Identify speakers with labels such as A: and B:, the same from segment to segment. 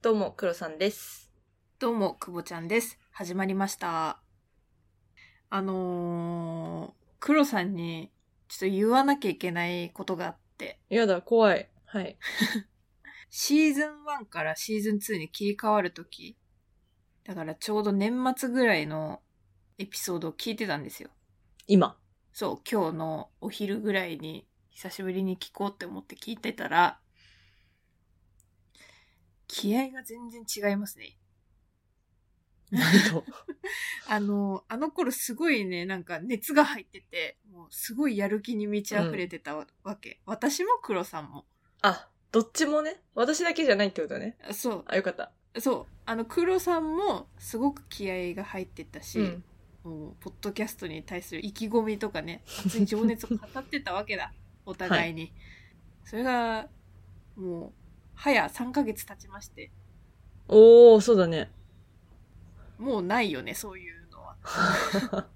A: どうも、黒さんです。
B: どうも、くぼちゃんです。始まりました。あのー、黒さんにちょっと言わなきゃいけないことがあって、
A: やだ、怖い。はい。
B: シーズン1からシーズン2に切り替わるとき、だからちょうど年末ぐらいのエピソードを聞いてたんですよ。
A: 今。
B: そう、今日のお昼ぐらいに久しぶりに聞こうって思って聞いてたら、気合が全然違いますね。
A: なんと。
B: あの、あの頃すごいね、なんか熱が入ってて、もうすごいやる気に満ち溢れてたわけ。私も黒さんも。
A: あ、どっちもね、私だけじゃないってことね。
B: そ
A: あ、よかった。
B: う、そう。あの、黒さんもすごく気合が入ってたし、
A: うん。
B: もう、ポッドキャストに対する意気込みとかね、熱い情熱を語ってたわけ だ。お互いに。それが、もう、早3ヶ月経ちまして、
A: おー、そうだね。
B: もうないよね、そういうのは。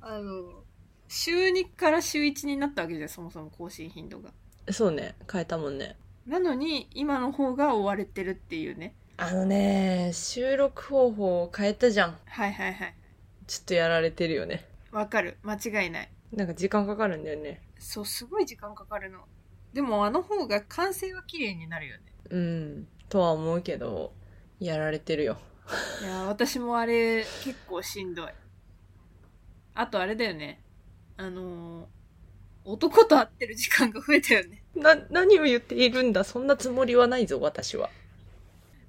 B: あの、週2から週1になったわけじゃん、そもそも更新頻度が。
A: そうね、変えたもんね。
B: なのに、今の方が追われてるっていうね。
A: あのね、収録方法を変えたじゃん。
B: はいはいはい。
A: ちょっとやられてるよね。
B: わかる。間違いない。
A: なんか時間かかるんだよね。
B: そう、すごい時間かかるの。でも、あの方が完成は綺麗になるよね。
A: うん。とは思うけど、やられてるよ。
B: いやー、私もあれ、結構しんどい。あと、あれだよね。あのー男と会ってる時間が増えたよね。
A: な、何を言っているんだそんなつもりはないぞ、私は。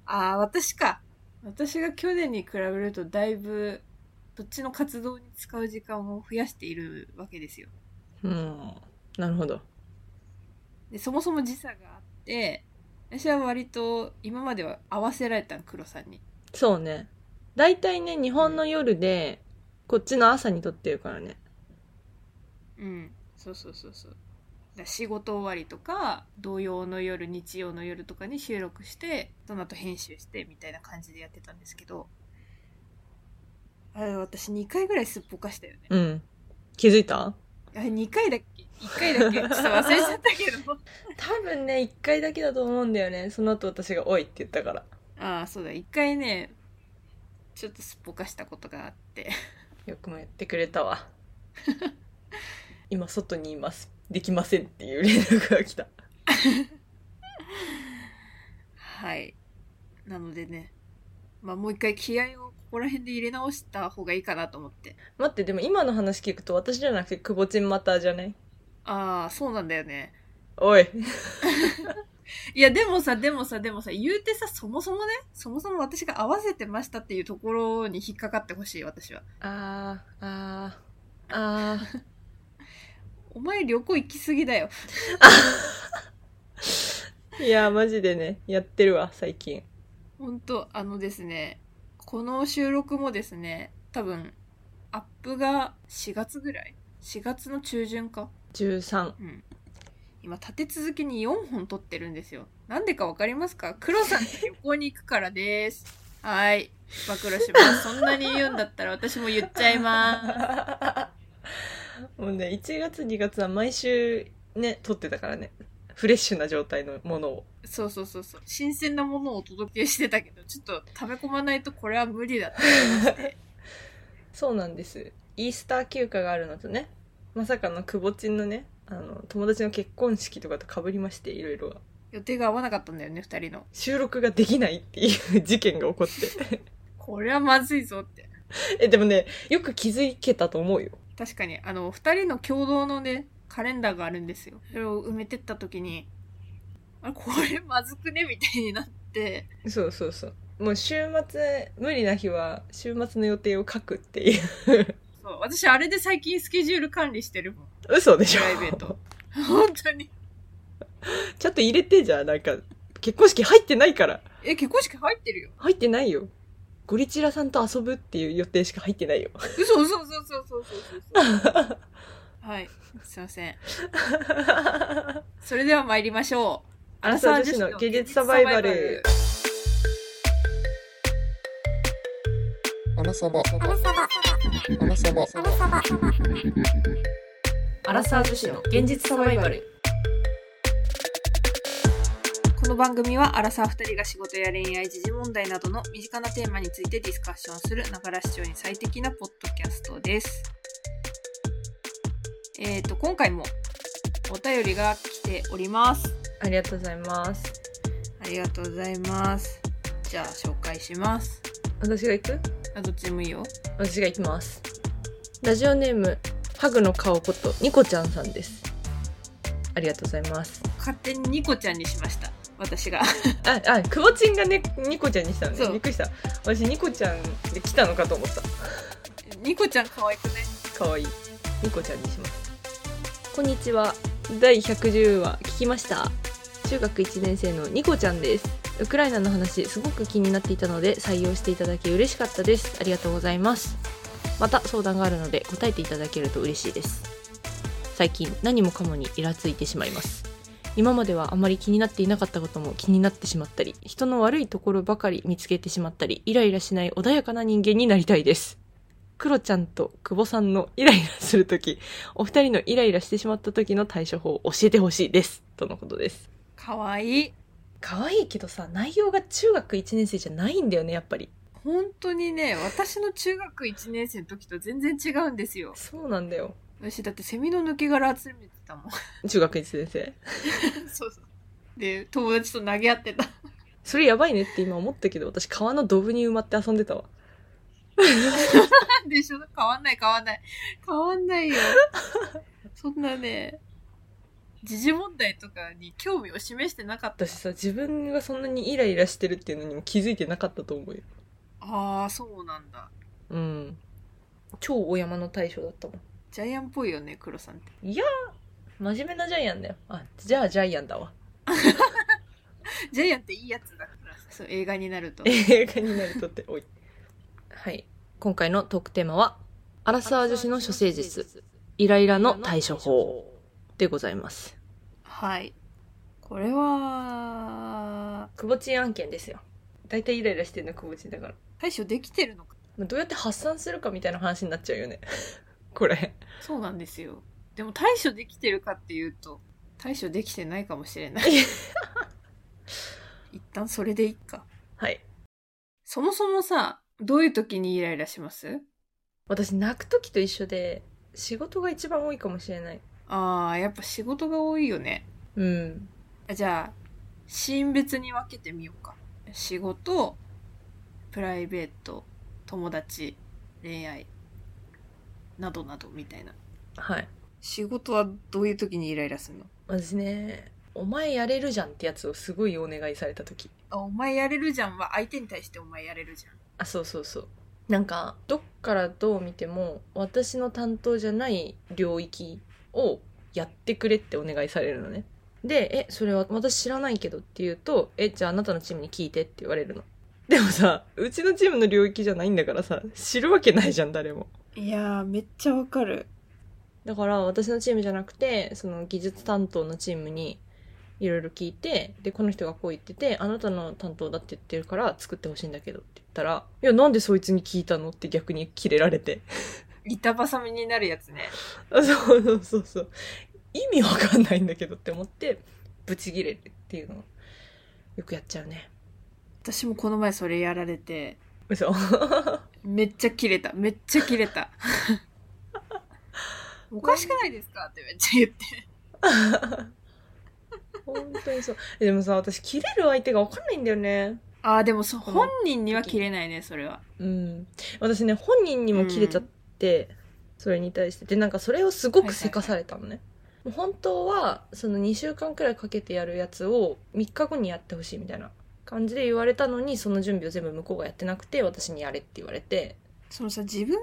B: ああ、私か。私が去年に比べるとだいぶ、どっちの活動に使う時間を増やしているわけですよ。
A: うん。なるほど。
B: で、そもそも時差があって、私は割と今までは合わせられたの、黒さんに。
A: そうね。大体ね、日本の夜で、こっちの朝に撮ってるからね。
B: うん。そうそうそうそう。だから仕事終わりとか、土曜の夜、日曜の夜とかに収録して、その後編集して、みたいな感じでやってたんですけど、あれ、私2回ぐらいすっぽかしたよね。
A: うん。気づいた
B: あれ、2回だっけ ?1 回だっけちょっと忘れちゃったけど。
A: 多分ね、一回だけだと思うんだよね。その後私が、おいって言ったから。
B: ああそうだ一回ねちょっとすっぽかしたことがあって
A: よくもやってくれた わ。今、外にいます。できませんっていう連絡が来た。
B: はいなのでねまあもう一回気合をここら辺で入れ直した方がいいかなと思って
A: 待って、でも今の話聞くと私じゃなくて、くぼちんまたじゃない
B: ああそうなんだよね
A: おい。
B: いやでもさでもさでもさ言うてさそもそもねそもそも私が合わせてましたっていうところに引っかかってほしい私は
A: あー、あー、あー。
B: お前旅行行き過ぎだよ
A: いやー、マジでね、やってるわ、最近。
B: ほんとあのですねこの収録もですね多分アップが4月ぐらい4月の中旬か
A: 13。
B: うん、今立て続けに4本撮ってるんですよなんでかわかりますか黒さんが旅行に行くからです はーい暴露しますそんなに言うんだったら私も言っちゃいま
A: もうね1月2月は毎週ね撮ってたからねフレッシュな状態のものを
B: すそうそうそうそう新鮮なものをお届けしてたけどちょっと食べ込まないとこれは無理だって
A: そうなんですイースター休暇があるのとねまさかのくぼちんのねあの友達の結婚式とかとかぶりましていろいろ
B: 予定が合わなかったんだよね2人の
A: 収録ができないっていう事件が起こって
B: これはまずいぞって
A: えでもねよく気づけたと思うよ
B: 確かにあの2人の共同のねカレンダーがあるんですよそれを埋めてった時にあれこれまずくねみたいになって
A: そうそうそうもう週末無理な日は週末の予定を書くっていう
B: そう、私あれで最近スケジュール管理してるもん。
A: 嘘でし
B: プ
A: ょ
B: ライベート。本当に。
A: ちょっと入れてじゃあなんか結婚式入ってないから
B: え、結婚式入ってるよ。
A: 入ってないよゴリチラさんと遊ぶっていう予定しか入ってない よ
B: 嘘嘘嘘嘘嘘嘘嘘嘘。はい。すいま せん。それでは参りましょう。
A: アラサー女子の芸術サバイバル。
C: アラサバ。アラサバ。アラサバ。
A: アラサー女子の現実サバイバル
B: ここの番組はアラサー2人が仕事や恋愛時事問題などの身近なテーマについてディスカッションするながら視聴に最適なポッドキャストですえっ、と今回もお便りが来ております
A: ありがとうございます
B: ありがとうございますじゃあ紹介します
A: 私が行く
B: あどっちでもいいよ
A: 私が行きますラジオネームハグの顔ことニコちゃんさんですありがとうござい ます
B: 勝手にニコちゃんにしました私が
A: ああくぼちんがねニコちゃんにしたの
B: そ
A: ね
B: う
A: びっくりした私ニコちゃんで来たのかと思った
B: ニコちゃん可愛くね
A: 可愛いニコちゃんにしますこんにちは第110話聞きました中学1年生のニコちゃんですウクライナの話すごく気になっていたので採用していただき嬉しかったですありがとうございますまた相談があるので答えていただけると嬉しいです最近何もかもにイラついてしまいます今まではあまり気になっていなかったことも気になってしまったり人の悪いところばかり見つけてしまったりイライラしない穏やかな人間になりたいですクロちゃんと久保さんのイライラするとき、 お二人のイライラしてしまったときの対処法を教えてほしいです。とのことです。
B: 可愛い
A: 可愛いけどさ、内容が中学1年生じゃないんだよね、やっぱり。
B: 本当にね私の中学1年生の時と全然違うんですよ
A: そうなんだよ。
B: 私だってセミの抜け殻集めてたもん
A: 中学1年生。
B: そうそうで友達と投げ合ってた
A: それやばいねって今思ったけど、私川のドブに埋まって遊んでたわ。
B: でしょ変わんない変わんない変わんないよ そんなね時事問題とかに興味を示してなかった
A: 私さ、自分がそんなにイライラしてるっていうのにも気づいてなかったと思うよ。
B: ああそうなんだ
A: うん。超お山の対処だったもん。
B: ジャイアンっぽいよね黒さんって
A: いやー、真面目なジャイアンだよ。あ、じゃあジャイアンだわ。
B: ジャイアンっていいやつだからそう映画になると
A: 映画になるとっておいはい今回のトークテーマは「アラサー女子の処世術イライラの対処法」でございます
B: はいこれは
A: くぼちん案件ですよ大体イライラしてるのくぼちんだから
B: 対処できてるのか
A: まあどうやって発散するかみたいな話になっちゃうよね これ
B: そうなんですよ。でも対処できてるかっていうと、対処できてないかもしれない。 一旦それでいいか。
A: はい
B: そもそもさ、どういう時にイライラします
A: 私泣く時と一緒で仕事が一番多いかもしれない
B: ああ、やっぱ仕事が多いよね。
A: うん
B: あじゃあ、シーン別に分けてみようか。仕事、プライベート、友達、恋愛、などなどみたいな。
A: はい
B: 仕事はどういう時にイライラするの
A: 私ね「お前やれるじゃん」ってやつをすごいお願いされた時
B: あお前やれるじゃんは相手に対してお前やれるじゃん。
A: あそうそうそうなんかどっからどう見ても私の担当じゃない領域をやってくれってお願いされるのねで「えそれは私知らないけど」って言うと「えじゃああなたのチームに聞いて」って言われるのでもさうちのチームの領域じゃないんだからさ知るわけないじゃん誰も
B: いやーめっちゃわかる。
A: だから私のチームじゃなくてその技術担当のチームにいろいろ聞いてでこの人がこう言ってて「あなたの担当だって言ってるから作ってほしいんだけど」って言ったら「いやなんでそいつに聞いたの?」って逆にキレられて
B: 板挟みになるやつね。
A: あそうそうそうそう意味わかんないんだけどって思ってブチギレるっていうのをよくやっちゃうね
B: 私もこの前それやられて、
A: 嘘
B: めっちゃキレた。めっちゃキレた。 おかしくないですかってめっちゃ言って。
A: 本当にそうえでもさ私キレる相手がわかんないんだよね
B: ああ、でもそう、
A: この
B: 本人にはキレないね、それは。
A: うん私ね本人にもキレちゃって、それに対してでなんかそれをすごくせかされたのね、もう本当はその2週間くらいかけてやるやつを3日後にやってほしいみたいな感じで言われたのにその準備を全部向こうがやってなくて私にやれって言われて
B: そのさ、自分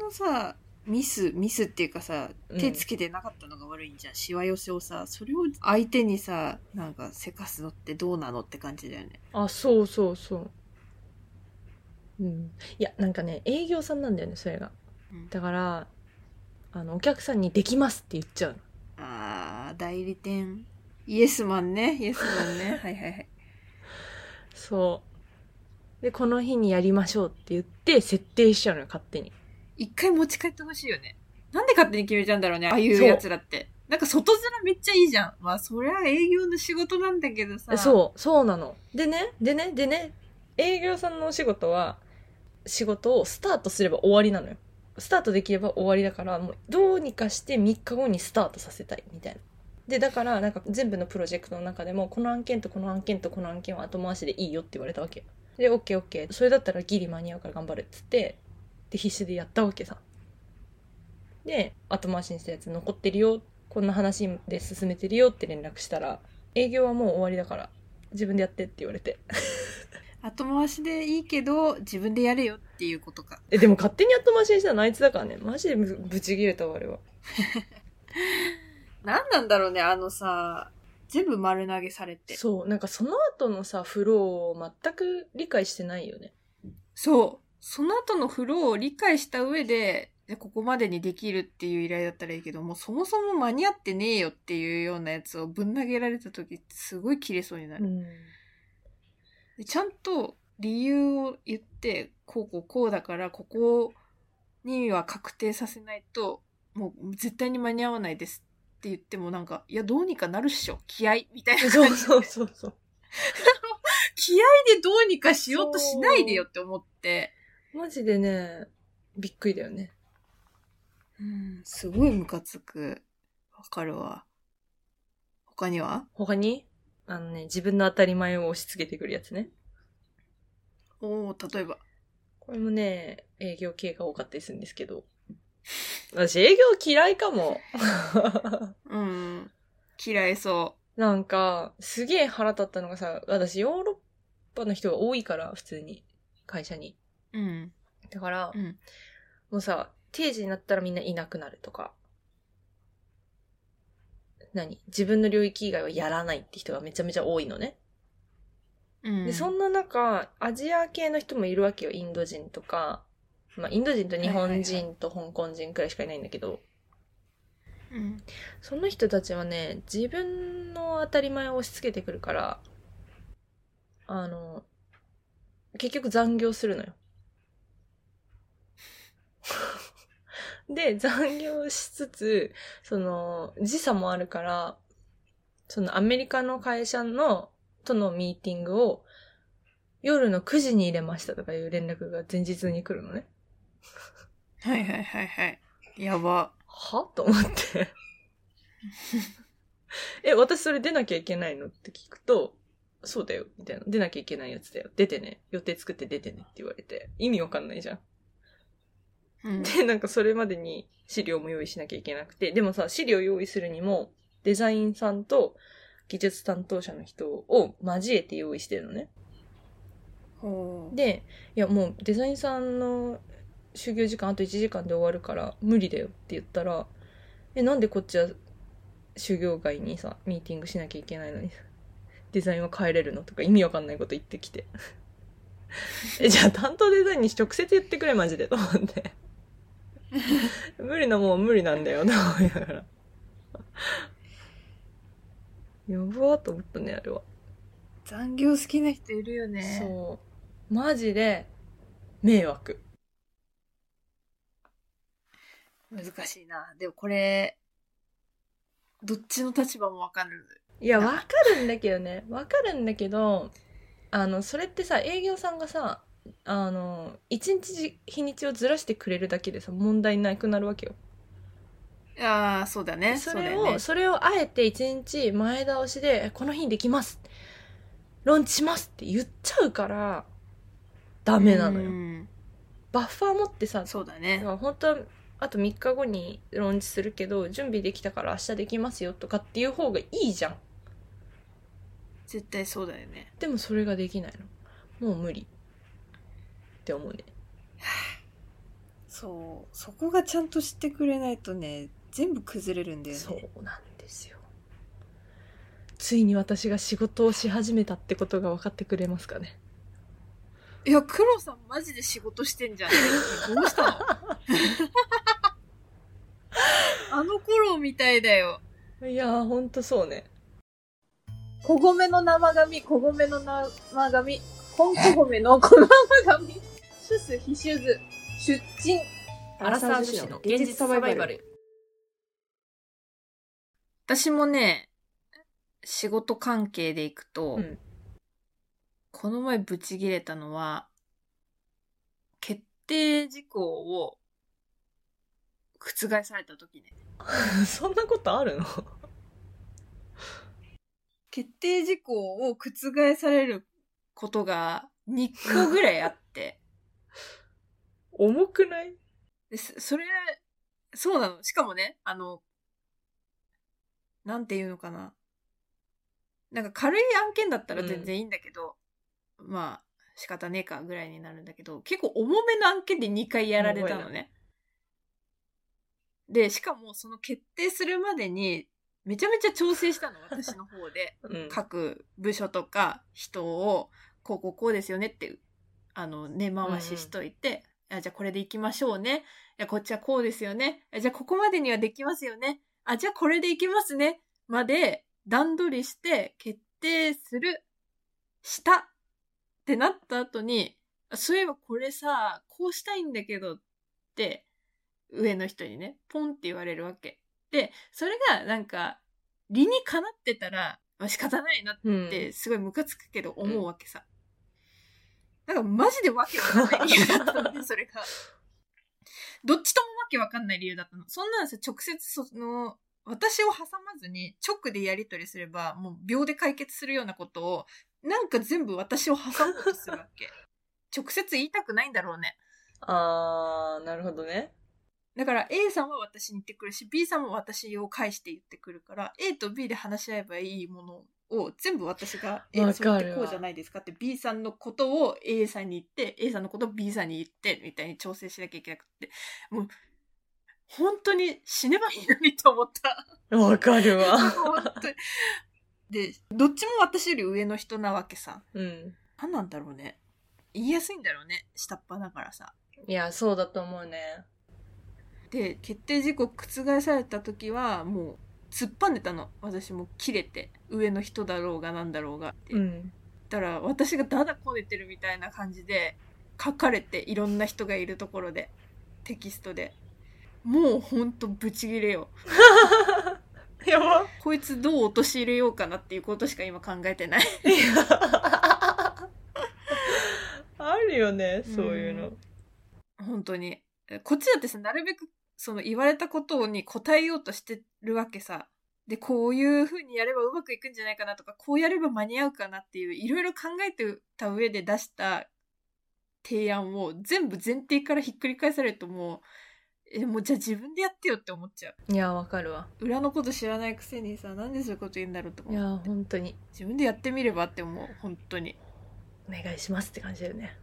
B: のさ、ミス、ミスっていうかさ、
A: うん
B: 手つけてなかったのが悪いんじゃん。しわ寄せをさ、それを相手にさ、なんかせかすのってどうなのって感じだよね。
A: あそうそうそううんいやなんかね営業さんなんだよねそれが
B: うん
A: だからあのお客さんに「できます」って言っちゃうの
B: ああ、代理店。イエスマンね、イエスマ ンね。はいはいはい。
A: そうでこの日にやりましょうって言って設定しちゃうのよ勝手に
B: 一回持ち帰ってほしいよね。なんで勝手に決めちゃうんだろうね、ああいうやつらって。なんか外面めっちゃいいじゃん。まあそりゃ営業の仕事なんだけどさ。
A: そう、そうなの。でね、でね、でね、営業さんのお仕事は、仕事をスタートすれば終わりなのよ。スタートできれば終わりだから、もうどうにかして3日後にスタートさせたい、みたいな。で、だから、なんか全部のプロジェクトの中でも、この案件とこの案件とこの案件は後回しでいいよって言われたわけ。で、OK、OK。それだったらギリ間に合うから頑張るっつって、で、必死でやったわけさ。で、後回しにしたやつ残ってるよ。こんな話で進めてるよって連絡したら、営業はもう終わりだから自分でやってって言われて
B: 後回しでいいけど、自分でやれよっていうことか。
A: えでも勝手に後回しにしたのあいつだからねマジでぶぶち切れたわあれは
B: なんなんだろうね、あのさ、全部丸投げされて。
A: そうなんかその後のさフローを全く理解してないよね
B: そう。その後のフローを理解した上で、でここまでにできるっていう依頼だったらいいけど、もうそもそも間に合ってねえよっていうようなやつをぶん投げられた時、すごい切れそうになる。
A: ん
B: でちゃんと理由を言って、こうこうこうだから、ここには確定させないと、もう絶対に間に合わないですって言ってもなんか、いや、どうにかなるっしょ。気合みたいな感じ
A: そ
B: で
A: うそうそうそう
B: 気合でどうにかしようとしないでよって思って、
A: マジでねびっくりだよね
B: うん、すごいムカつく。わかるわ。他には
A: 他にあのね自分の当たり前を押し付けてくるやつね
B: おお例えば。
A: これもね営業系が多かったりするんですけど私営業嫌いかも
B: うん。嫌いそ
A: なんか、すげえ腹立ったのがさ、私ヨーロッパの人が多いから、普通に、会社に。
B: う。うん。
A: だから、
B: うん。
A: もうさ、定時になったらみんないなくなるとか、何自分の領域以外はやらないって人がめちゃめちゃ多いのね。
B: うん。
A: で、そんな中、アジア系の人もいるわけよ。インド人とか、まあ、インド人と日本人と香港人くらいしかいないんだけど、
B: うん。
A: その人たちはね、自分の当たり前を押し付けてくるから、あの、結局残業するのよ。 で、残業しつつ、その、時差もあるから、そのアメリカの会社の、とのミーティングを、夜の9時に入れましたとかいう連絡が前日に来るのね。
B: はいはいはいはい。やば。
A: はと思って。 え、私それ出なきゃいけないのって聞くと、そうだよ、みたいな。出なきゃいけないやつだよ。出てね。予定作って出てねって言われて。意味わかんないじゃん。
B: うん。
A: で、なんかそれまでに資料も用意しなきゃいけなくて。でもさ、資料用意するにも、デザインさんと技術担当者の人を交えて用意してるのね。
B: ほう。
A: で、いやもうデザインさんの就業時間あと1時間で終わるから無理だよって言ったら、え、なんでこっちは就業外にさ、ミーティングしなきゃいけないのにさ、デザインは変えれるのとか意味わかんないこと言ってきて。 え、じゃあ担当デザインに直接言ってくれマジでと思って。無理なもんは無理なんだよと思いながら。やばーと思ったね、あれは。
B: 残業好きな人いるよね。
A: そう。マジで、迷惑。
B: 難しいな。でもこれ、どっちの立場もわかる。
A: いや、わかるんだけどね。わかるんだけど、あの、それってさ、営業さんがさ、あの、一日じ日にちをずらしてくれるだけでさ、問題なくなるわけよ。
B: ああ、そうだね。
A: それ
B: う
A: を、
B: だ
A: そ,、
B: よね
A: れをあえて一日前倒しで、えこの日にできます。ロンチしますって言っちゃうから、ダメなの
B: う
A: よ。
B: ん
A: バッファー持ってさ、
B: そうだね。
A: まあ本当はあと3日後にローンチするけど準備できたから明日できますよとかっていう方がいいじゃん
B: 絶対そうだよね。
A: でもそれができないのもう無理って思うね
B: そうそこがちゃんとしてくれないとね全部崩れるんだよね
A: そうなんですよついに私が仕事をし始めたってことが分かってくれますかね
B: いや黒さんマジで仕事してんじゃんどう したのあの頃みたいだよ
A: いやーほんとそうね
B: 小米の生髪小米の生髪本小米の小生髪シュス必修図出陳
A: アラサー女子の現実サバイバル
B: 私もね、仕事関係でいくと、
A: うん
B: この前ブチ切れたのは、決定事項を覆された時ね。
A: そんなことあるの
B: 決定事項を覆されることが2個ぐらいあって。
A: 重くない
B: で、そそれ、そうなの。しかもね、あの、なんていうのかな。なんか軽い案件だったら全然いいんだけど、まあ、仕方ねえかぐらいになるんだけど、結構重めの案件で2回やられたのね。で、しかもその決定するまでに、めちゃめちゃ調整したの、私の方で。
A: うん。
B: 各部署とか人をこうこうこうですよねってあの根回ししといて、あじゃあこれでいきましょうねいやこっちはこうですよねあじゃあここまでにはできますよねあじゃあこれでいきますねまで段取りして決定するしたってなった後にあそういえばこれさこうしたいんだけどって上の人にねポンって言われるわけでそれがなんか理にかなってたら、まあ、仕方ないなっ
A: うん
B: ってすごいムカつくけど思うわけさ。なんかマジでわけわかんない理由だった のね、それが。どっちともわけわかんない理由だったの。そんなのさ、直接その、私を挟まずに直でやり取りすれば、もう秒で解決するようなことを、なんか全部私を挟もうとするわ け。直接言いたくないんだろうね。
A: あー、なるほどね。
B: だから A さんは私に言ってくるし B さんも私を返して言ってくるから A と B で話し合えばいいものを全部私が「え
A: わ
B: それ
A: か
B: っ
A: る
B: て
A: わ
B: こうじゃないですか」って B さんのことを A さんに言って A さんのことを B さんに言ってみたいに調整しなきゃいけなくってもう本当に死ねばいいのにと思 った。
A: わかるわ。
B: 本当にでどっちも私より上の人なわけさ
A: うん。
B: 何なんだろうね言いやすいんだろうね下っ端だからさ
A: いや、そうだと思うね。
B: で決定事項覆された時はもう突っぱねたの私も切れて上の人だろうがなんだろうがって、
A: うん。
B: たら私がダダこねてるみたいな感じで書かれていろんな人がいるところでテキストでもうほんとブチギレよ
A: やば。
B: こいつどう陥れようかなっていうことしか今考えてない
A: あるよね、そういうの。
B: 本当にこっちだってさなるべくその言われたことに答えようとしてるわけさでこういう風にやればうまくいくんじゃないかなとかこうやれば間に合うかなっていういろいろ考えてた上で出した提案を全部前提からひっくり返されるともうえもうじゃあ自分でやってよって思っちゃ
A: いや、わかるわ。
B: う裏のこと知らないくせにさなんでそういうこと言うんだろうと
A: い
B: か
A: や、本当に。
B: 自分でやってみればって思う本当に
A: お願いしますって感じだよね。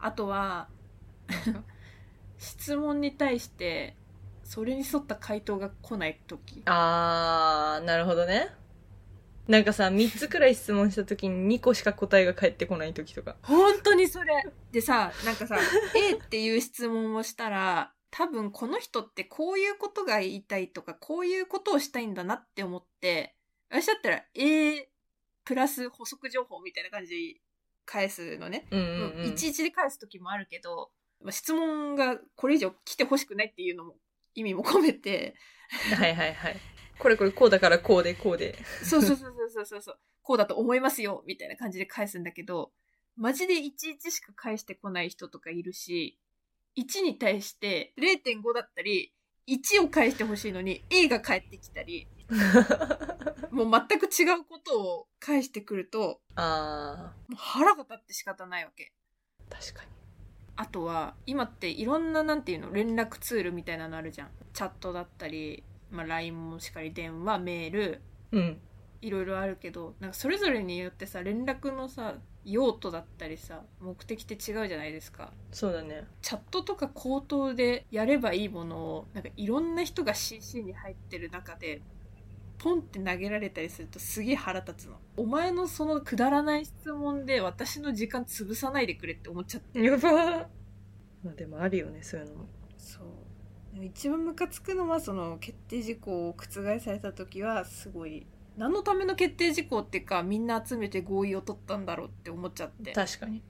B: あとは質問に対してそれに沿った回答が来ない時
A: あー、なるほどね。なんかさ、3つくらい質問した時に2個しか答えが返ってこない時とか。
B: 本当にそれでさなんかさ A っていう質問をしたら多分この人ってこういうことが言いたいとかこういうことをしたいんだなって思って私だったら A プラス補足情報みたいな感じで返すのね
A: うんうん、うん。
B: いちいちで返す時もあるけど、まあ質問がこれ以上来てほしくないっていうのも意味も込めて
A: はいはいはい。これこれこうだからこうでこう で。
B: そうそうそうそうそうそうそう。こうだと思いますよみたいな感じで返すんだけど、マジでいちいちしか返してこない人とかいるし、1に対して0.5だったり、1を返してほしいのに A が返ってきたり、もう全く違うことを返してくると、
A: あ
B: もう腹が立って仕方ないわけ。
A: ー、確か
B: あとは今っていろんななんていうの連絡ツールみたいなのあるじゃん。チャットだったり、まあ、LINE もしかり電話、メール、
A: に。うん。
B: いろいろあるけどなんかそれぞれによってさ連絡のさ用途だったりさ目的って違うじゃないですか
A: そうだね。
B: チャットとか口頭でやればいいものをなんかいろんな人が CC に入ってる中でポンって投げられたりするとすげえ腹立つのお前のそのくだらない質問で私の時間潰さないでくれって思っちゃって
A: やばまあでもあるよね、そういうのも。
B: そうでも一番ムカつくのはその決定事項を覆された時はすごい何のための決定事項っていうかみんな集めて合意を取ったんだろうって思っちゃって
A: 確かに。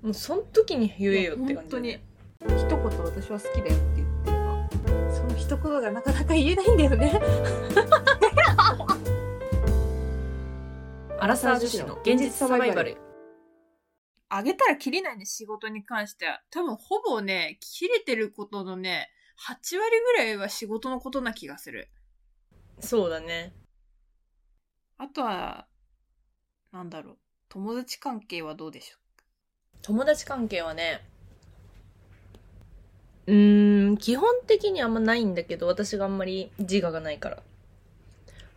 A: もうその時に言えよって感じだね。
D: 一言私は好きだよって言ってればその一言がなかなか言えないんだよね
A: アラサー女子の現実サバイバル。
B: あげたら切りないね、仕事に関しては。多分ほぼね、切れてることのね、8割ぐらいは仕事のことな気がする。
A: そうだね。
B: あとは、なんだろう。友達関係はどうでしょ
A: 友達関係はね、うーん、基本的にあんまないんだけど、私があんまり自我がないから。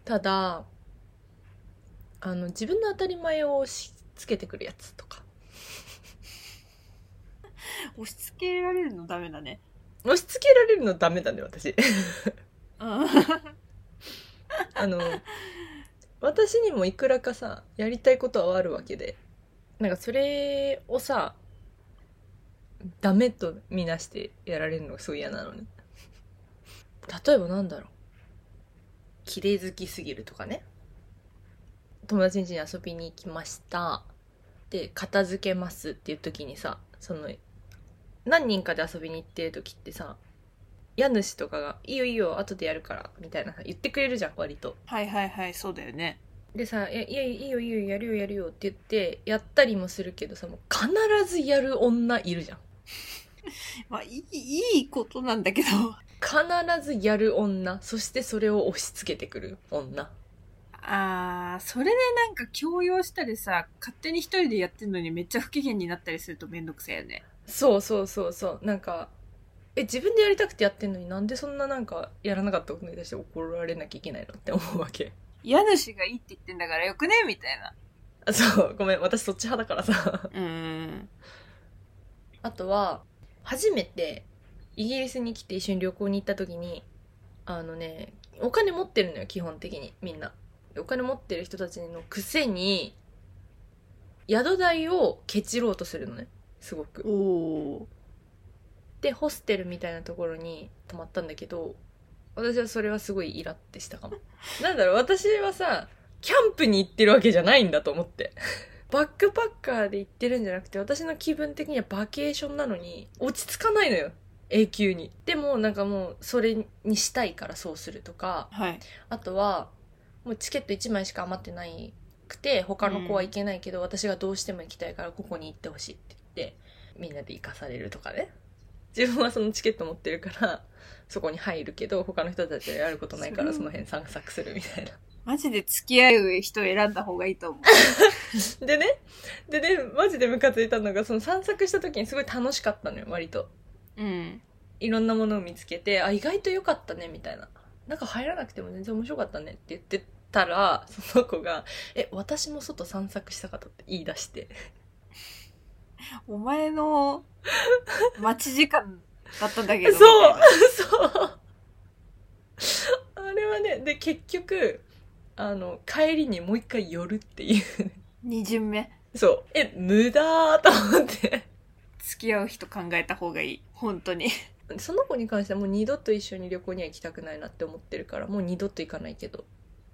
A: ただ、あの、自分の当たり前を押し付けてくるやつとか。
B: う。押し付けられるのダメだね。
A: 押し付けられるのダメだね、私。
B: うん。
A: あの、私にもいくらかさ、やりたいことはあるわけで。なんかそれをさ、ダメとみなしてやられるのがすごい嫌なのね。例えばなんだろう。綺麗好きすぎるとかね。友達ん家に遊びに行きました。で、片付けますっていう時にさ、その、何人かで遊びに行ってる時ってさ、家主とかが、いいよいいよ、後でやるから、みたいなさ言ってくれるじゃん、割と。
B: はいはいはい、そうだよね。
A: でさ「いやいやいいよいいよやるよやるよ」って言ってやったりもするけどさもう必ずやる女いるじゃん
B: まあ、いい、いいことなんだけど。
A: 必ずやる女そしてそれを押し付けてくる女
B: あー、それでなんか強要したりさ、勝手に一人でやってんのにめっちゃ不機嫌になったりするとめんどくせえよね。
A: そうそうそうそうなんかえ自分でやりたくてやってんのになんでそんななんかやらなかったことに対して怒られなきゃいけないのって思うわけ
B: 家主がいいって言ってんだからよくねみたいな。
A: あそうごめん私そっち派だからさ
B: うん。
A: あとは初めてイギリスに来て一緒に旅行に行った時にあのねお金持ってるのよ基本的にみんなお金持ってる人たちのくせに宿代をケチろうとするのねすごく
B: おー。
A: でホステルみたいなところに泊まったんだけど私はそれはすごいイラってしたか もなんだろう私はさキャンプに行ってるわけじゃないんだと思って バックパッカーで行ってるんじゃなくて私の気分的にはバケーションなのに落ち着かないのよ永久にでもなんかもうそれにしたいからそうするとか
B: はい。
A: あとはもうチケット1枚しか余ってないくて他の子は行けないけど、私がどうしても行きたいからここに行ってほしいって言ってみんなで行かされるとかね自分はそのチケット持ってるからそこに入るけど他の人たちはやることないからそ
B: それ
A: の辺散策するみたいな
B: マジで付き合う人選んだ方がいいと思う。
A: でねでねマジでムカついたのがその散策した時にすごい楽しかったのよ割と
B: うん。
A: いろんなものを見つけてあ意外と良かったねみたいななんか入らなくても全然面白かったねって言ってたらその子が「え私も外散策したかった」って言い出して
B: お前の待ち時間だったんだけ
A: そう
B: ど。
A: そうあれはねで結局あの帰りにもう一回寄るっていう
B: 二巡目。
A: そうえ無駄ーと思って
B: 付き合う人考えた方がいい。本当に。
A: その子に関してはもう二度と一緒に旅行には行きたくないなって思ってるからもう二度と行かないけど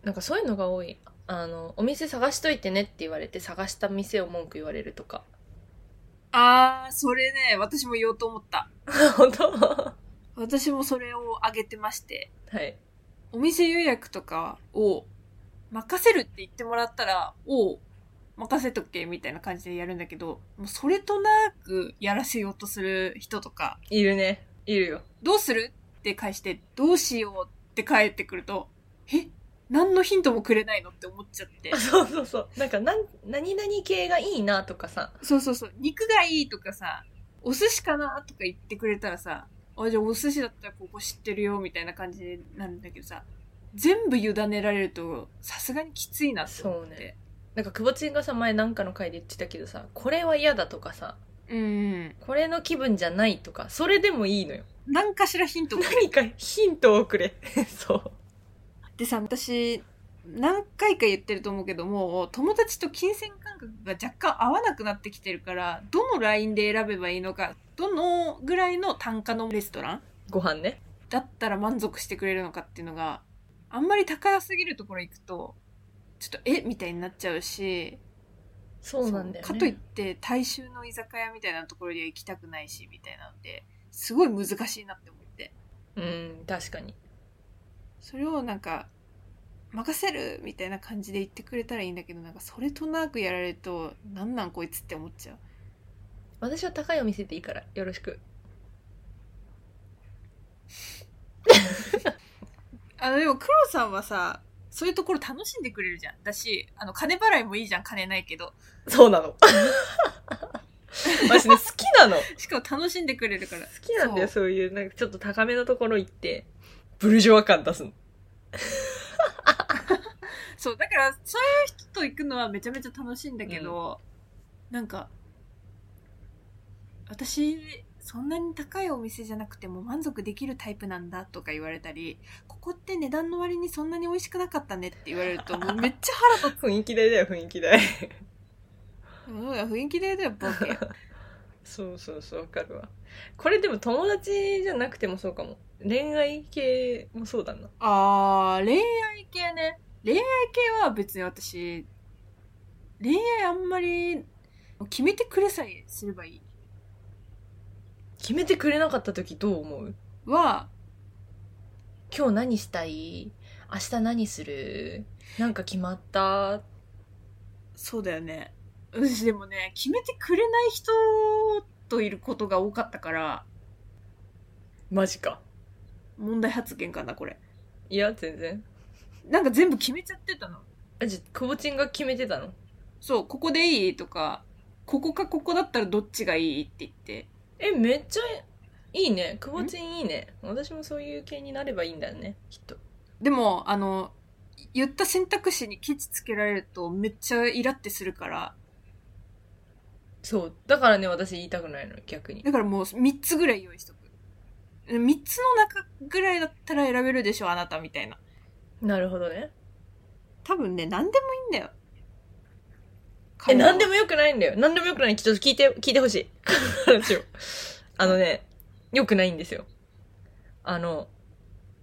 A: なんかそういうのが多いあのお店探しといてねって言われて探した店を文句言われるとか
B: あー、それね、私も言おうと思った。
A: 本当は
B: 私もそれをあげてまして。
A: い
B: お店予約とかを任せるって言ってもらったら、おう任せとけみたいな感じでやるんだけど、もうそれとなくやらせようとする人とか、
A: いるねいるよ
B: どうするって返して、どうしようって返ってくると、え何のヒントもくれないのって思っちゃって
A: あ。そうそうそうなんかなん何々系がいいなとかさ
B: そうそうそう、肉がいいとかさ、お寿司かなとか言ってくれたらさ、あ、じゃあお寿司だったらここ知ってるよみたいな感じになるんだけどさ、全部委ねられると、さすがにきついなと思って。
A: そうねなんか久保ちんがさ前なんかの回で言ってたけどさこれは嫌だとかさ
B: うん。
A: これの気分じゃないとかそれでもいいのよ
B: 何かしらヒントが。
A: 何かヒントをくれ そう
B: でさ、私、何回か言ってると思うけども、友達と金銭感覚が若干合わなくなってきてるから、どのラインで選べばいいのか、どのぐらいの単価のレストラン
A: ご飯ね
B: だったら満足してくれるのかっていうのが、あんまり高すぎるところ行くと、ちょっとえみたいになっちゃうし、
A: そうなんだよ、ね、
B: そうかといって大衆の居酒屋みたいなところには行きたくないし、みたいなので、すごい難しいなって思って。
A: うん確かに
B: それをなんか、任せるみたいな感じで言ってくれたらいいんだけどなんかそれとなくやられるとなんなんこいつって思っちゃう
A: 私は高いお店でいいからよろしく
B: あのでも黒さんはさそういうところ楽しんでくれるじゃんだしあの金払いもいいじゃん金ないけど
A: そうなの私ね好きなの好
B: しかも楽しんでくれるから
A: きなんだよそういうなんかちょっと高めのところ行ってブルジョワ感出すの
B: そう、だから、そういう人と行くのはめちゃめちゃ楽しいんだけど、なんか、私、そんなに高いお店じゃなくても満足できるタイプなんだとか言われたり、ここって値段の割にそんなに美味しくなかったねって言われると、もうめっちゃ腹立
A: 雰囲気代だよ雰囲気代
B: つ。うん、雰囲気でだよ、ボケ。
A: そうそうそうわかるわこれでも友達じゃなくてもそうかも恋愛系もそうだな
B: あー、恋愛系ね。恋愛系は別に私、恋愛あんまり、決めてくれさえすればいい。
A: 決めてくれなかった時どう思う
B: は、
A: 今日何したい明日何するなんか決まった
B: そうだよね。私でもね、決めてくれない人といることが多かったから、
A: マジか
B: 問題発言かな、これ。
A: いや全然
B: なんか全部決めちゃってたの。
A: あじゃあくぼちんが決めてたの
B: そう、ここでいいとか、ここかここだったらどっちがいいって言って。
A: えめっちゃいいねくぼちんいいね私もそういう系になればいいんだよねきっと
B: でも、あの、言った選択肢にケチつけられるとめっちゃイラってするから、
A: そうだからね私言いたくないの逆に
B: だからもう3つぐらい用意しとく。3つの中ぐらいだったら選べるでしょ、あなたみたいな。
A: なるほどね
B: 多分ね、何でもいいんだよ。
A: え、なんで
B: も
A: もよくないんだよ。なんでもよくない。ちょっと聞いて、聞いてほしい。 話を。あのね、よくないんですよ。あの、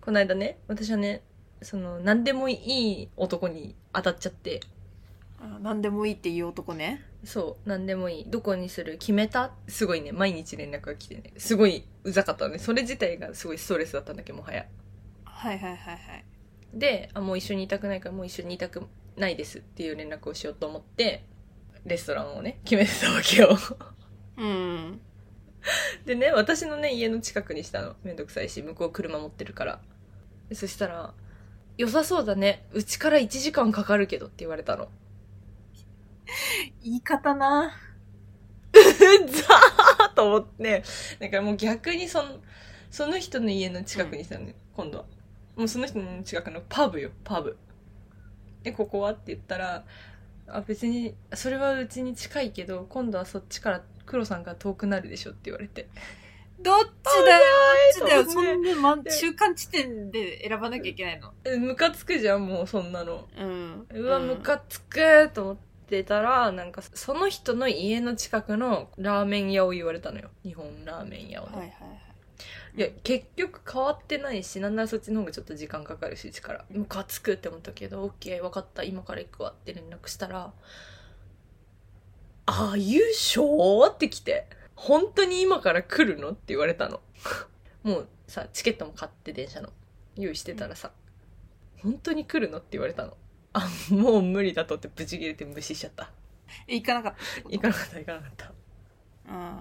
A: この間ね、私はね、その、なんでもいい男に当たっちゃって、
B: あ何でもいいっていう男ね。
A: そう、なんでもいい。どこにする決めたすごいね、毎日連絡が来てね、すごいうざかったのね。それ自体がすごいストレスだったんだけど、もはや。
B: はいはいはいはい。
A: であもう一緒にいたくないからもう一緒にいたくないですっていう連絡をしようと思ってレストランをね決めてたわけよ
B: うん。
A: でね私のね家の近くにしたのめんどくさいし向こう車持ってるからでそしたら「良さそうだねうちから1時間かかるけど」って言われたの
B: 言い方な。
A: う ざーと思ってだからもう逆にそのその人の家の近くにしたのね、今度はもうその人の近くのパブよパブでここはって言ったらあ別にそれはうちに近いけど今度はそっちから黒さんが遠くなるでしょって言われて
B: どっちだよ、どっちだよ。
A: そ
B: そう
A: ね
B: んな、ま、中間地点で選ばなきゃいけないの。
A: えムカつくじゃんもうそんなの
B: うん。
A: うわ、
B: ん
A: ムカつくと思ってたら、なんか、その人の家の近くのラーメン屋を言われたのよ。日本ラーメン屋をね。
B: はいはい
A: い、
B: はい。
A: や、結局変わってないし、なんならそっちの方がちょっと時間かかるし、力。ムカつくって思ったけど、オッケー、わかった、今から行くわって連絡したら、ああ、優勝って来て、本当に今から来るのって言われたの。 もうさ、チケットも買って電車の。用意してたらさ、本当に来るのって言われたの。あ、もう無理だとってブチ切れて無視しちゃった。
B: え行かなかったってこと
A: 行かなかった行かなかった。
B: うん。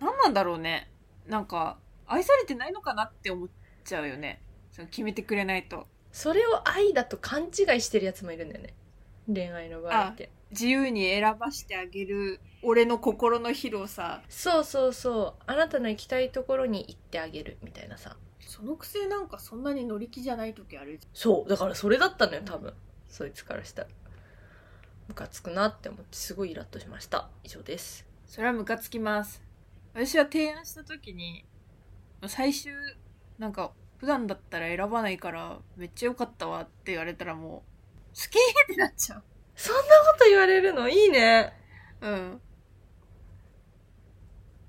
B: 何なんだろうね。なんか、愛されてないのかなって思っちゃうよね。その決めてくれないと。
A: それを愛だと勘違いしてるやつもいるんだよね。恋愛の場合って。
B: 自由に選ばしてあげる、俺の心の広さ。
A: そうそうそう。あなたの行きたいところに行ってあげるみたいなさ。
B: そのくせなんかそんなに乗り気じゃない時ある
A: そう。だからそれだったのよ、多分。そいつからしたら。ムカつくなって思ってすごいイラッとしました。以上です。
B: それはムカつきます私は提案した時に最終なんか普段だったら選ばないからめっちゃ良かったわって言われたらもう好きってなっちゃう
A: そんなこと言われるのいいね。
B: うん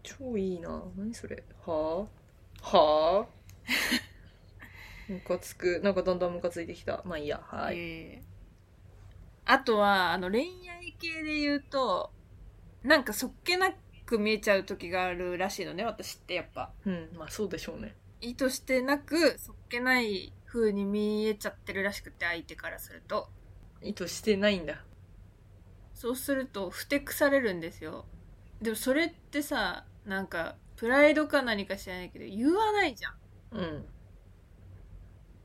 A: 超いいな何それはあはあ ムカつくなんかだんだんムカついてきたまあいいやはい
B: えーあとはあの恋愛系で言うとなんかそっけなく見えちゃう時があるらしいのね私ってやっぱ
A: うんまあそうでしょうね
B: 意図してなくそっけない風に見えちゃってるらしくて相手からすると
A: 意図してないんだ
B: そうするとふてくされるんですよでもそれってさなんかプライドか何か知らないけど言わないじゃん
A: うん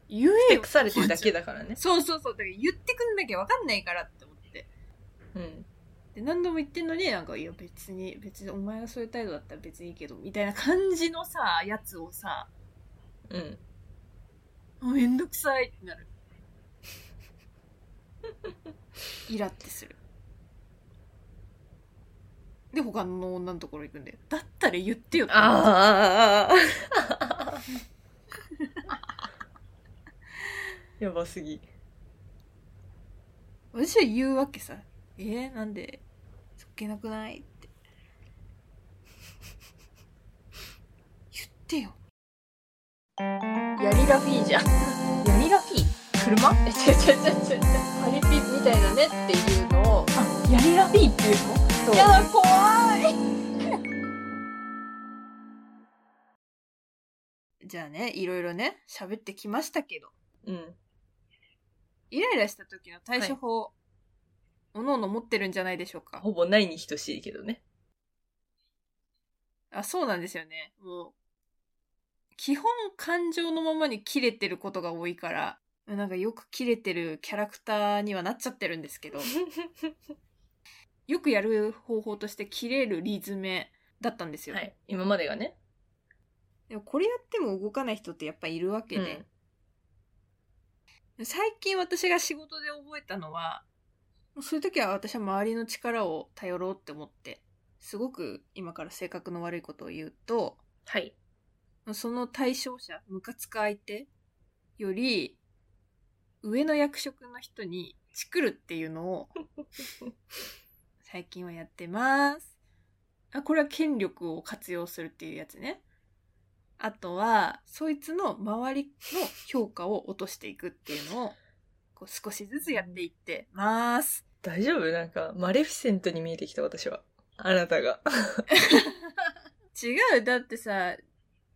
B: 言
A: ふ
B: え
A: て
B: よ
A: くされてるだけだからね
B: そうそうそうだから言ってくんなきゃ分かんないからって思って
A: うん
B: で何度も言ってんのになんかいや別に別にお前がそういう態度だったら別にいいけどみたいな感じのさやつをさ
A: うん
B: あめんどくさいって なるイラってするで他の女のところ行くんだよだったら言ってよって
A: ああ やばすぎ
B: 私は言うわけさえー、なんでそっけなくないって 言ってよ
D: ヤリラフィーじゃん。
A: ヤリラフィー
D: 車え、ちゃちゃちゃちゃ。パリピみたいだねっていうのを。あ、ヤリラフィーっていうの
A: そう
D: やだ、怖い。
B: じゃあねいろいろね喋ってきましたけど
A: うん
B: イライラした時の対処法、おのおの持ってるんじゃないでしょうか
A: ほぼないに等しいけど ね
B: あそうなんですよねもう基本感情のままに切れてることが多いからなんかよく切れてるキャラクターにはなっちゃってるんで すけどよくやる方法として切れるリズメだったんですよ、
A: はい今までがね
B: でもこれやっても動かない人ってやっぱいるわけで、最近私が仕事で覚えたのはもうそういう時は私は周りの力を頼ろうって思ってすごく今から性格の悪いことを言うと
A: はい
B: その対象者ムカつく相手より上の役職の人にチクるっていうのを最近はやってますあこれは権力を活用するっていうやつねあとはそいつの周りの評価を落としていくっていうのをこう少しずつやっていってます
A: 大丈夫なんかマレフィセントに見えてきた私はあなたが
B: 違うだってさ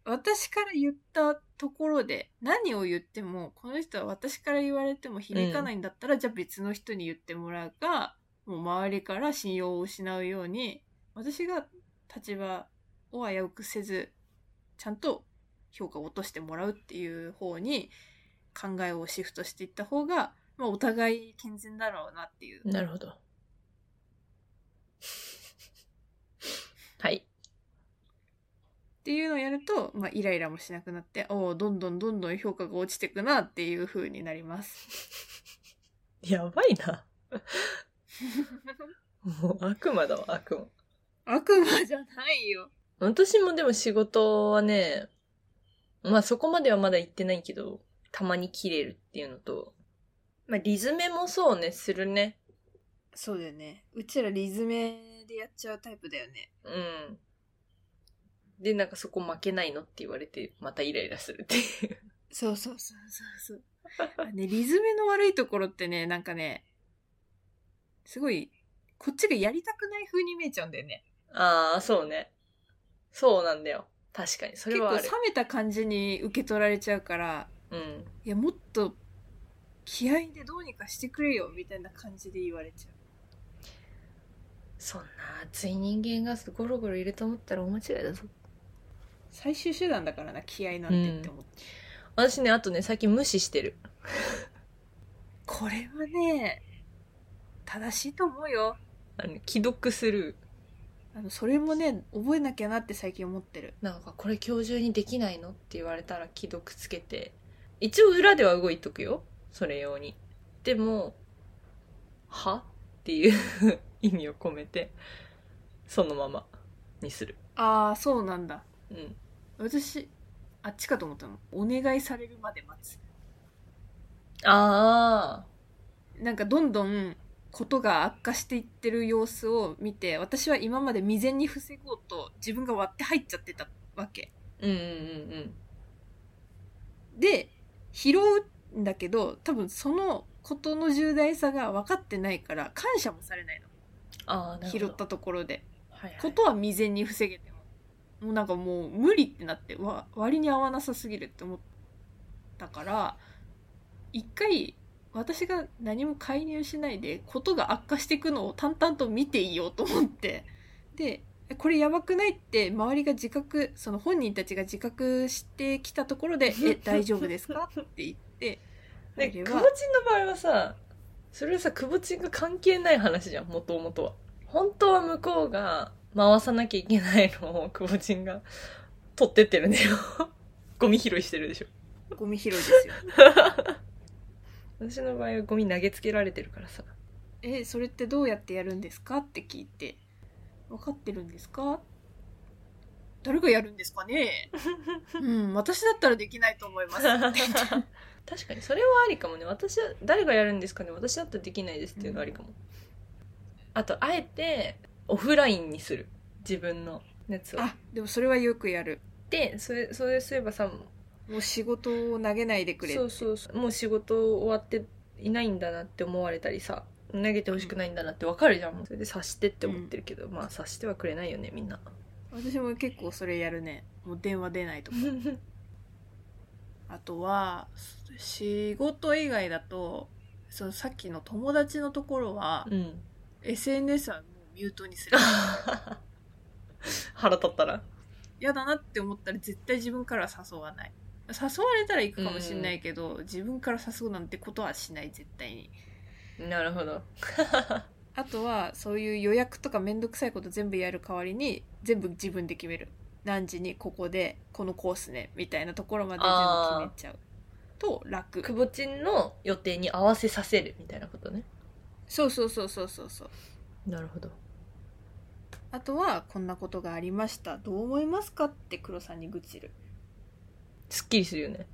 B: 私から言ったところで何を言ってもこの人は私から言われても響かないんだったら、じゃあ別の人に言ってもらうかもう周りから信用を失うように私が立場を危うくせずちゃんと評価を落としてもらうっていう方に考えをシフトしていった方が、まあ、お互い健全だろうなっていう
A: なるほどはい
B: っていうのをやると、まあ、イライラもしなくなっておおどんどんどんどん評価が落ちてくなっていう風になります
A: やばいなもう悪魔だわ悪魔
B: 悪魔じゃないよ
A: 私もでも仕事はね、まあそこまではまだ行ってないけど、たまに切れるっていうのと、まあリズメもそうね、するね。
B: そうだよねうちらリズメでやっちゃうタイプだよね
A: うん。で、なんかそこ負けないのって言われて、またイライラするっていう。
B: そうそうそうそうそうあねリズメの悪いところってねなんかねすごいこっちがやりたくない風に見えちゃうんだよね
A: ああ、そうね。そうなんだよ。確かに。それ
B: 結
A: は
B: 構
A: あ
B: 冷
A: る。
B: めた感じに受け取られちゃうから
A: うん。
B: いやもっと気合でどうにかしてくれよみたいな感じで言われちゃう
A: そんな熱い人間がゴロゴロいると思ったら大間違いだぞ。
B: 最終手段だからな気合なんてって思って、
A: 私ね、あとね、最近無視してる。
B: これはね正しいと思うよ
A: あの、既読する。
B: あのそれもね覚えなきゃなって最近思ってる
A: なんかこれ今日中にできないのって言われたら既読つけて一応裏では動いとくよそれ用にでも「は?」っていう 意味を込めてそのままにする
B: ああそうなんだ
A: うん
B: 私あっちかと思ったのお願いされるまで待つ
A: ああ
B: なんかどんどんことが悪化していってる様子を見て私は今まで未然に防ごうと自分が割って入っちゃってたわけ
A: うんうんうんうん
B: で拾うんだけど多分そのことの重大さが分かってないから感謝もされない
A: ああ
B: の
A: な
B: 拾
A: る
B: っ
A: ほど
B: たところで
A: はいはい
B: ことは未然に防げてももうなんかもう無理ってなってわ割に合わなさすぎるって思ったから一回私が何も介入しないでことが悪化していくのを淡々と見ていようと思ってでこれやばくないって周りが自覚その本人たちが自覚してきたところで「え大丈夫ですか?」って言って
A: で
B: あ
A: く
B: れ
A: ぼちん
B: は
A: の場合はさそれはさくぼちんが関係ない話じゃんもともとは本当は向こうが回さなきゃいけないのをくぼちんが取ってってるね ゴミ拾いしてるでしょ
B: ゴミ拾いですよ。
A: 私の場合はゴミ投げつけられてるからさ
B: えそれってどうやってやるんですかって聞いて分かってるんですか誰がやるんですか ねうん私だったらできないと思います
A: 確かにそれはありかもね私は誰がやるんですかね私だったらできないですっていうのありかも、あとあえてオフラインにする自分のやつを
B: あでもそれはよくやる
A: でそれそれすればさ
B: もう仕事を投げないでくれ
A: そうそうそうもう仕事終わっていないんだなって思われたりさ投げてほしくないんだなってわかるじゃんそれで察してって思ってるけど、まあ察してはくれないよねみんな
B: 私も結構それやるねもう電話出ないとかあとは仕事以外だとそのさっきの友達のところは、
A: うん
B: SNS はもうミュートにする
A: 腹立ったら
B: 嫌だなって思ったら絶対自分からは誘わない誘われたら行くかもしれないけど、自分から誘うなんてことはしない絶対に
A: なるほど
B: あとはそういう予約とかめんどくさいこと全部やる代わりに全部自分で決める何時にここでこのコースねみたいなところまで全部決めちゃうと楽
A: くぼちんの予定に合わせさせるみたいなことね
B: そうそうそうそうそうそう
A: なるほど
B: あとはこんなことがありましたどう思いますかって黒さんに愚痴る
A: すっきりするよね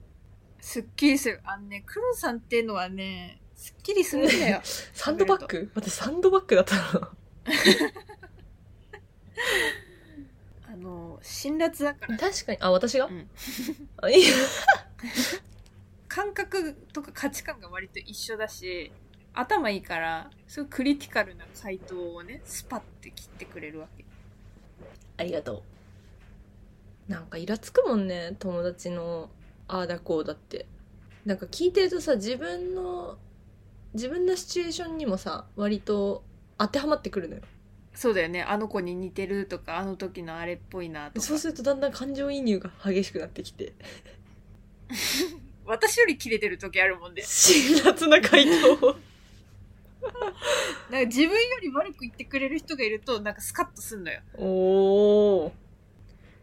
B: すっきりするあのね黒さんっていうのはねすっきりするん だよ
A: サンドバッグ待ってサンドバッグだったの
B: あの辛辣だから
A: 確かにあ私が、
B: うん
A: あいいよ
B: 感覚とか価値観が割と一緒だし頭いいからすごいクリティカルな回答をねスパッて切ってくれるわけ
A: ありがとうなんかイラつくもんね友達のああだこうだってなんか聞いてるとさ自分の自分のシチュエーションにもさ割と当てはまってくるのよ
B: そうだよねあの子に似てるとかあの時のあれっぽいなとか
A: そうするとだんだん感情移入が激しくなってきて
B: 私より切れてる時あるもんで
A: 辛辣な回答を
B: なんか自分より悪く言ってくれる人がいるとなんかスカッとすんのよ
A: おお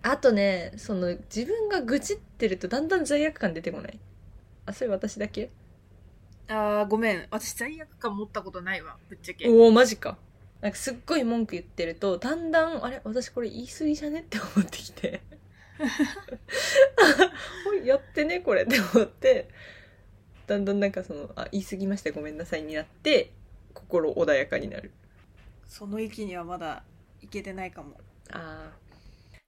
A: あとねその自分が愚痴ってるとだんだん罪悪感出てこないあそれ私だけ
B: あーごめん私罪悪感持ったことないわぶっちゃけ
A: おおマジかなんかすっごい文句言ってるとだんだんあれ私これ言い過ぎじゃねって思ってきて おいやってねこれって思ってだんだんなんかそのあ言い過ぎましたごめんなさいになって心穏やかになる
B: その域にはまだいけてないかも
A: あ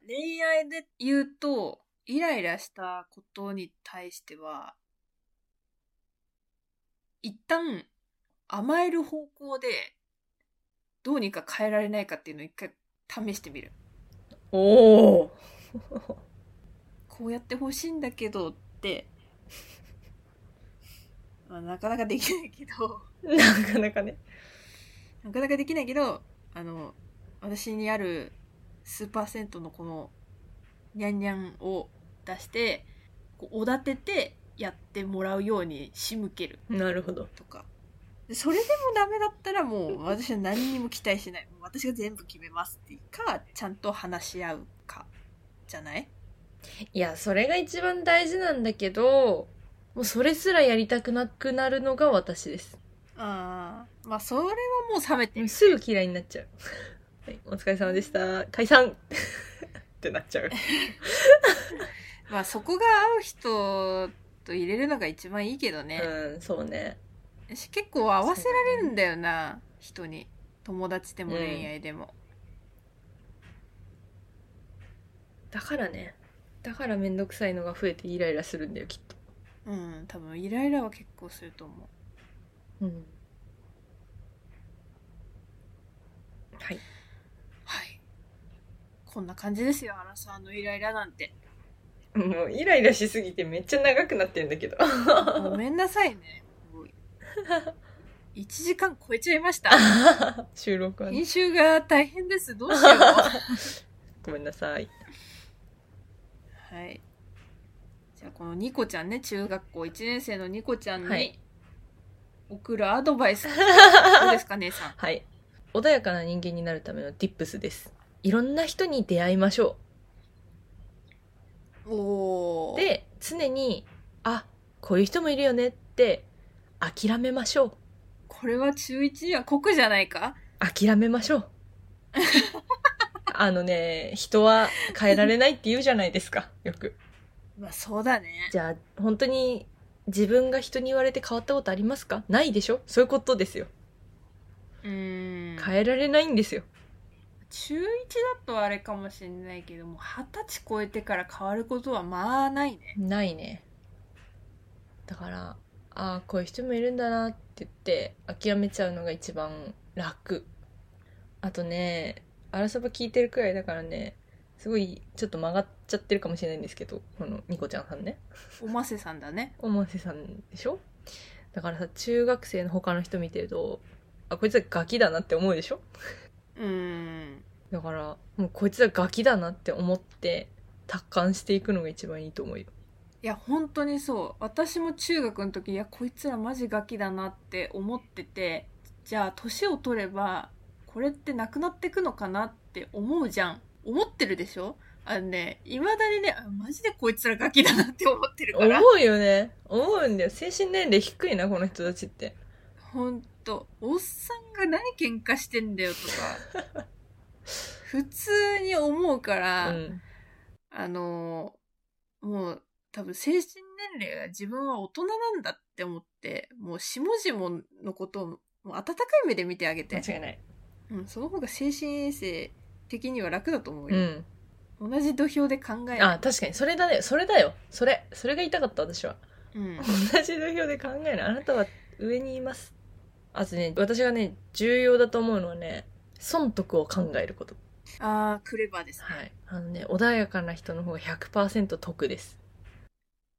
B: 恋愛で言うとイライラしたことに対しては一旦甘える方向でどうにか変えられないかっていうのを一回試してみる
A: おお
B: こうやってほしいんだけどって、 まあ、なかなかできないけど
A: ーなかなかね
B: なかなかできないけどあの私にある数パーセントのこのニャンニャンを出してこうおだててやってもらうように仕向ける
A: なるほど
B: とかでそれでもダメだったらもう私は何にも期待しないもう私が全部決めますっていうかちゃんと話し合うかじゃない
A: いやそれが一番大事なんだけどもうそれすらやりたくなくなるのが私です
B: あーまあそれはもう冷めて
A: もう
B: る
A: すぐ嫌いになっちゃう。はい、お疲れ様でした。解散 ってなっちゃう。
B: まあそこが合う人と入れるのが一番いいけどね、
A: うん、そうね。
B: 私結構合わせられるんだよな、人に友達でも
A: うん
B: 恋愛でも、
A: だからね。だからめんどくさいのが増えてイライラするんだよ、きっと。
B: うん多分イライラは結構すると思
A: うん。はい。
B: うはいこんな感じですよ、アラサーのイライラなん て。
A: もうイライラしすぎてめっちゃ長くなってんだけ ど。
B: ごめんなさいね。もう 1時間超えちゃいました。
A: 収録はね。
B: 編集が大変です。どう しよう。
A: ごめんなさい。
B: はい。じゃあこのニコちゃんね、中学校1年生のニコちゃん
A: は
B: に
A: い
B: 送るアドバイ ス。どうですか、姉さん。
A: はい。穏やかな人間になるためのティップスです。いろんな人に出会いましょ
B: お
A: う。
B: ー。、
A: で、常に、あ、こういう人もいるよねって、諦めましょう。
B: これは中1には酷じゃないか
A: 諦めましょ う。あのね、人は変えられないって言うじゃないですか、よく。
B: まあそうだね。
A: じゃあ、本当に自分が人に言われて変わったことありますかないでしょそういうことですよ。
B: うーん。
A: 変えられないんですよ。
B: 中1だとあれかもしれないけども、二十歳超えてから変わることはまあないね。
A: ないね。だから、ああ、こういう人もいるんだなって言って、諦めちゃうのが一番楽。あとね、あらさば聞いてるくらいだからね、すごいちょっと曲がっちゃってるかもしれないんですけど、このニコちゃんさんね。
B: おませさんだね。
A: おませさんでしょだからさ中学生の他の人見てるとあこいつはガキだなって思うでしょ
B: うーん。
A: だからもうこいつはガキだなって思って達観していくのが一番いいと思うよ
B: いや本当にそう私も中学の時いやこいつらマジガキだなって思っててじゃあ年を取ればこれってなくなってくのかなって思うじゃん思ってるでしょあのねいまだにねあマジでこいつらガキだなって思ってるか
A: 思
B: ら
A: うよね思うんだよ精神年齢低いなこの人たちって
B: ほんとおっさんが何喧嘩してんだよとか 普通に思うか
A: う
B: ら、
A: ん
B: あのーもう多分精神年齢が自分は大人なんだって思って、もう下々のことをもう温かい目で見てあげて、
A: 間違いない
B: うん、その方が精神衛生的には楽だと思う
A: う
B: よ。
A: ん
B: 同じ土俵で考え
A: あ
B: ない。
A: 確かにそれだねそれだよそれそれが言いたかった私は
B: うん。
A: 同じ土俵で考えないあなたは上にいますあとね私がね重要だと思うのはね損得を考えること
B: ああ、クレバーですね。
A: はい。あのね、穏やかな人の方が100%得です。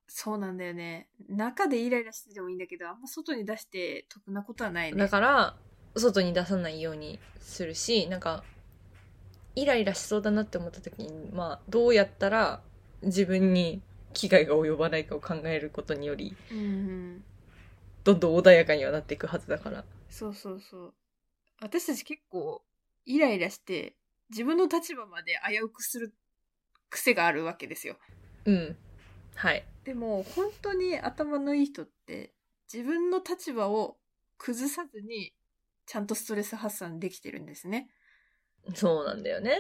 B: そうなんだよね。中でイライラしててもいいんだけど、あんま外に出して得なことはないね。
A: だから、外に出さないようにするし、なんか、イライラしそうだなって思った時に、まあ、どうやったら自分に危害が及ばないかを考えることにより、
B: うんうん。
A: どんどん穏やかにはなっていくはずだから。
B: そうそうそう。私たち結構イライラして自分の立場まで危うくする癖があるわけですよ。
A: うん。はい。
B: でも本当に頭のいい人って自分の立場を崩さずにちゃんとストレス発散できてるんですね。
A: そうなんだよね。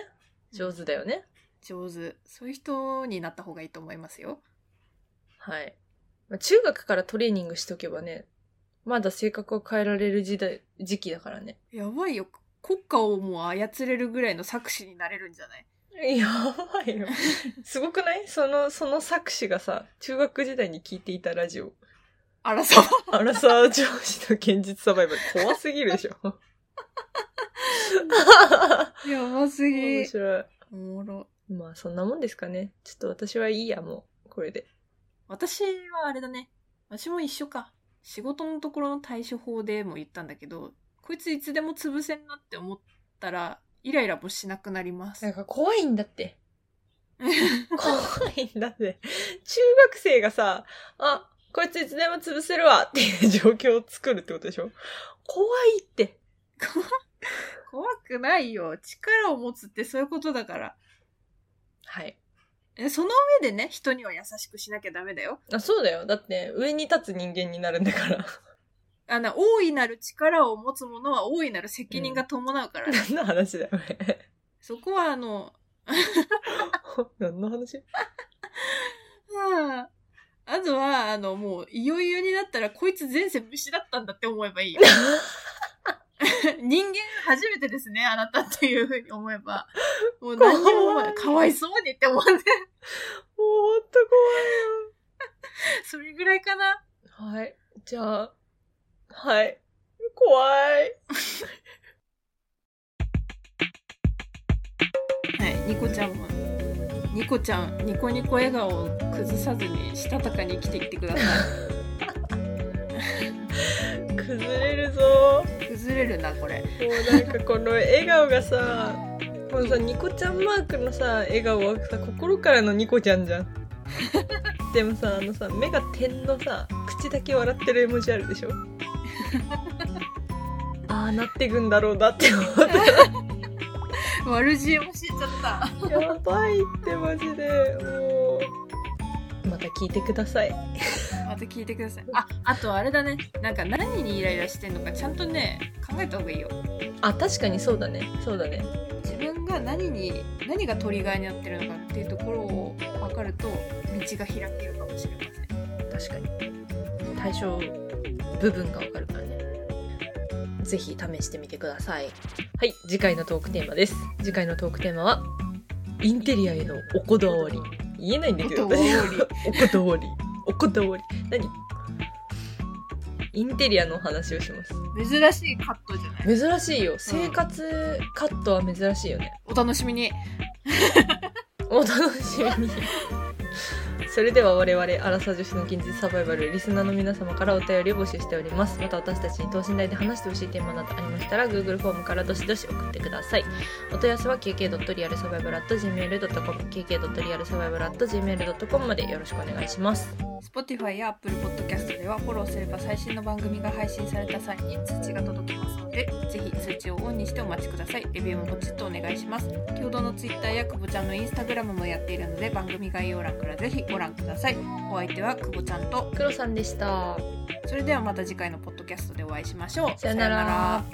A: 上手だよね。
B: 上手。そういう人になった方がいいと思いますよ。
A: はい。まあ、中学からトレーニングしとけばね、まだ性格を変えられる時代、時期だからね。
B: やばいよ。国家をもう操れるぐらいの作詞になれるんじゃな い
A: やばいよ。 すごくないその、その作詞がさ、中学時代に聞いていたラジオ。
B: あらそう。
A: アラサー上司の現実サバイバル。怖すぎるでしょ。
B: やばすぎ
A: 面。白い。
B: おもろ。
A: まあ、そんなもんですかね。ちょっと私はいいや、もう。これで。
B: 私はあれだね。私も一緒か。仕事のところの対処法でも言ったんだけど、こいついつでも潰せんなって思ったら、イライラもしなくなります。
A: か怖いんだって。怖いんだって。中学生がさ、あ、こいついつでも潰せるわっていう状況を作るってことでしょ怖いって。
B: 怖くないよ。力を持つってそういうことだから。
A: はい。
B: えその上でね、人には優しくしなきゃダメだよ。
A: あ、そうだよ。だって、上に立つ人間になるんだから。
B: あの、大いなる力を持つ者は大いなる責任が伴うから、ね
A: 何の話だよ、これ。
B: そこはあの、
A: 何の話
B: はあ、あとは、あの、もう、いよいよになったら、こいつ前世虫だったんだって思えばい いよ。人間初めてですね、あなたっていうふうに思えば。もう何にも思えない。かわいそうにって思って、
A: もうほんと
B: それぐらいかな。
A: 怖い。はい。じゃあ、はい。怖い。
B: はい、ニコちゃんも、ニコちゃん、ニコニコ笑顔を崩さずに、したたかに生きていってくださ
A: 崩れるぞ
B: い。崩れるな、これ。
A: もうなんかこの笑顔がさこのさニコちゃんマークのさ笑顔はさ心からのニコちゃんじゃんでもさあのさ目が点のさ口だけ笑ってる絵文字あるでしょああなってくんだろうなって思っ
B: 悪知恵も知っちゃった。
A: たやばいってマジでもうまた聞いてください
B: また聞いてください。あ、あとあれだね。なんか何にイライラしてんのか、ちゃんとね、考えた方がいいよ。
A: あ確かにそうだねそうだね
B: 自分が何に、何がトリガーになってるのかっていうところを分かると、道が開けるかもしれません。
A: 確かに対象部分がわかるからねぜひ試してみてくださいはい次回のトークテーマです次回のトークテーマはインテリアへのおこだわり言えないんだけど
B: おこだわり
A: 私はおこだわりおこだわり何インテリアのお話をします
B: 珍しいカットじゃない
A: 珍しいよ生活カットは珍しいよね
B: お楽しみに。
A: お楽しみにそれでは我々アラサ女子の現実サバイバルリスナーの皆様からお便りを募集しておりますまた私たちに等身大で話してほしいテーマなどありましたら Google フォームからどしどし送ってくださいお問い合わせは kk.realsurvival.gmail.com kk.realsurvival.gmail.com までよろしくお願いします
B: Spotify や Apple Podcast ではフォローすれば最新の番組が配信された際に通知が届きますのでぜひ通知をオンにしてお待ちくださいレビューもポチッとお願いします共同の Twitter やくぼちゃんの Instagram もやっているので番組概要欄からぜひご覧くださいお相手はくぼちゃんと
A: 黒さんでした
B: それではまた次回のポッドキャストでお会いしましょう
A: さよなら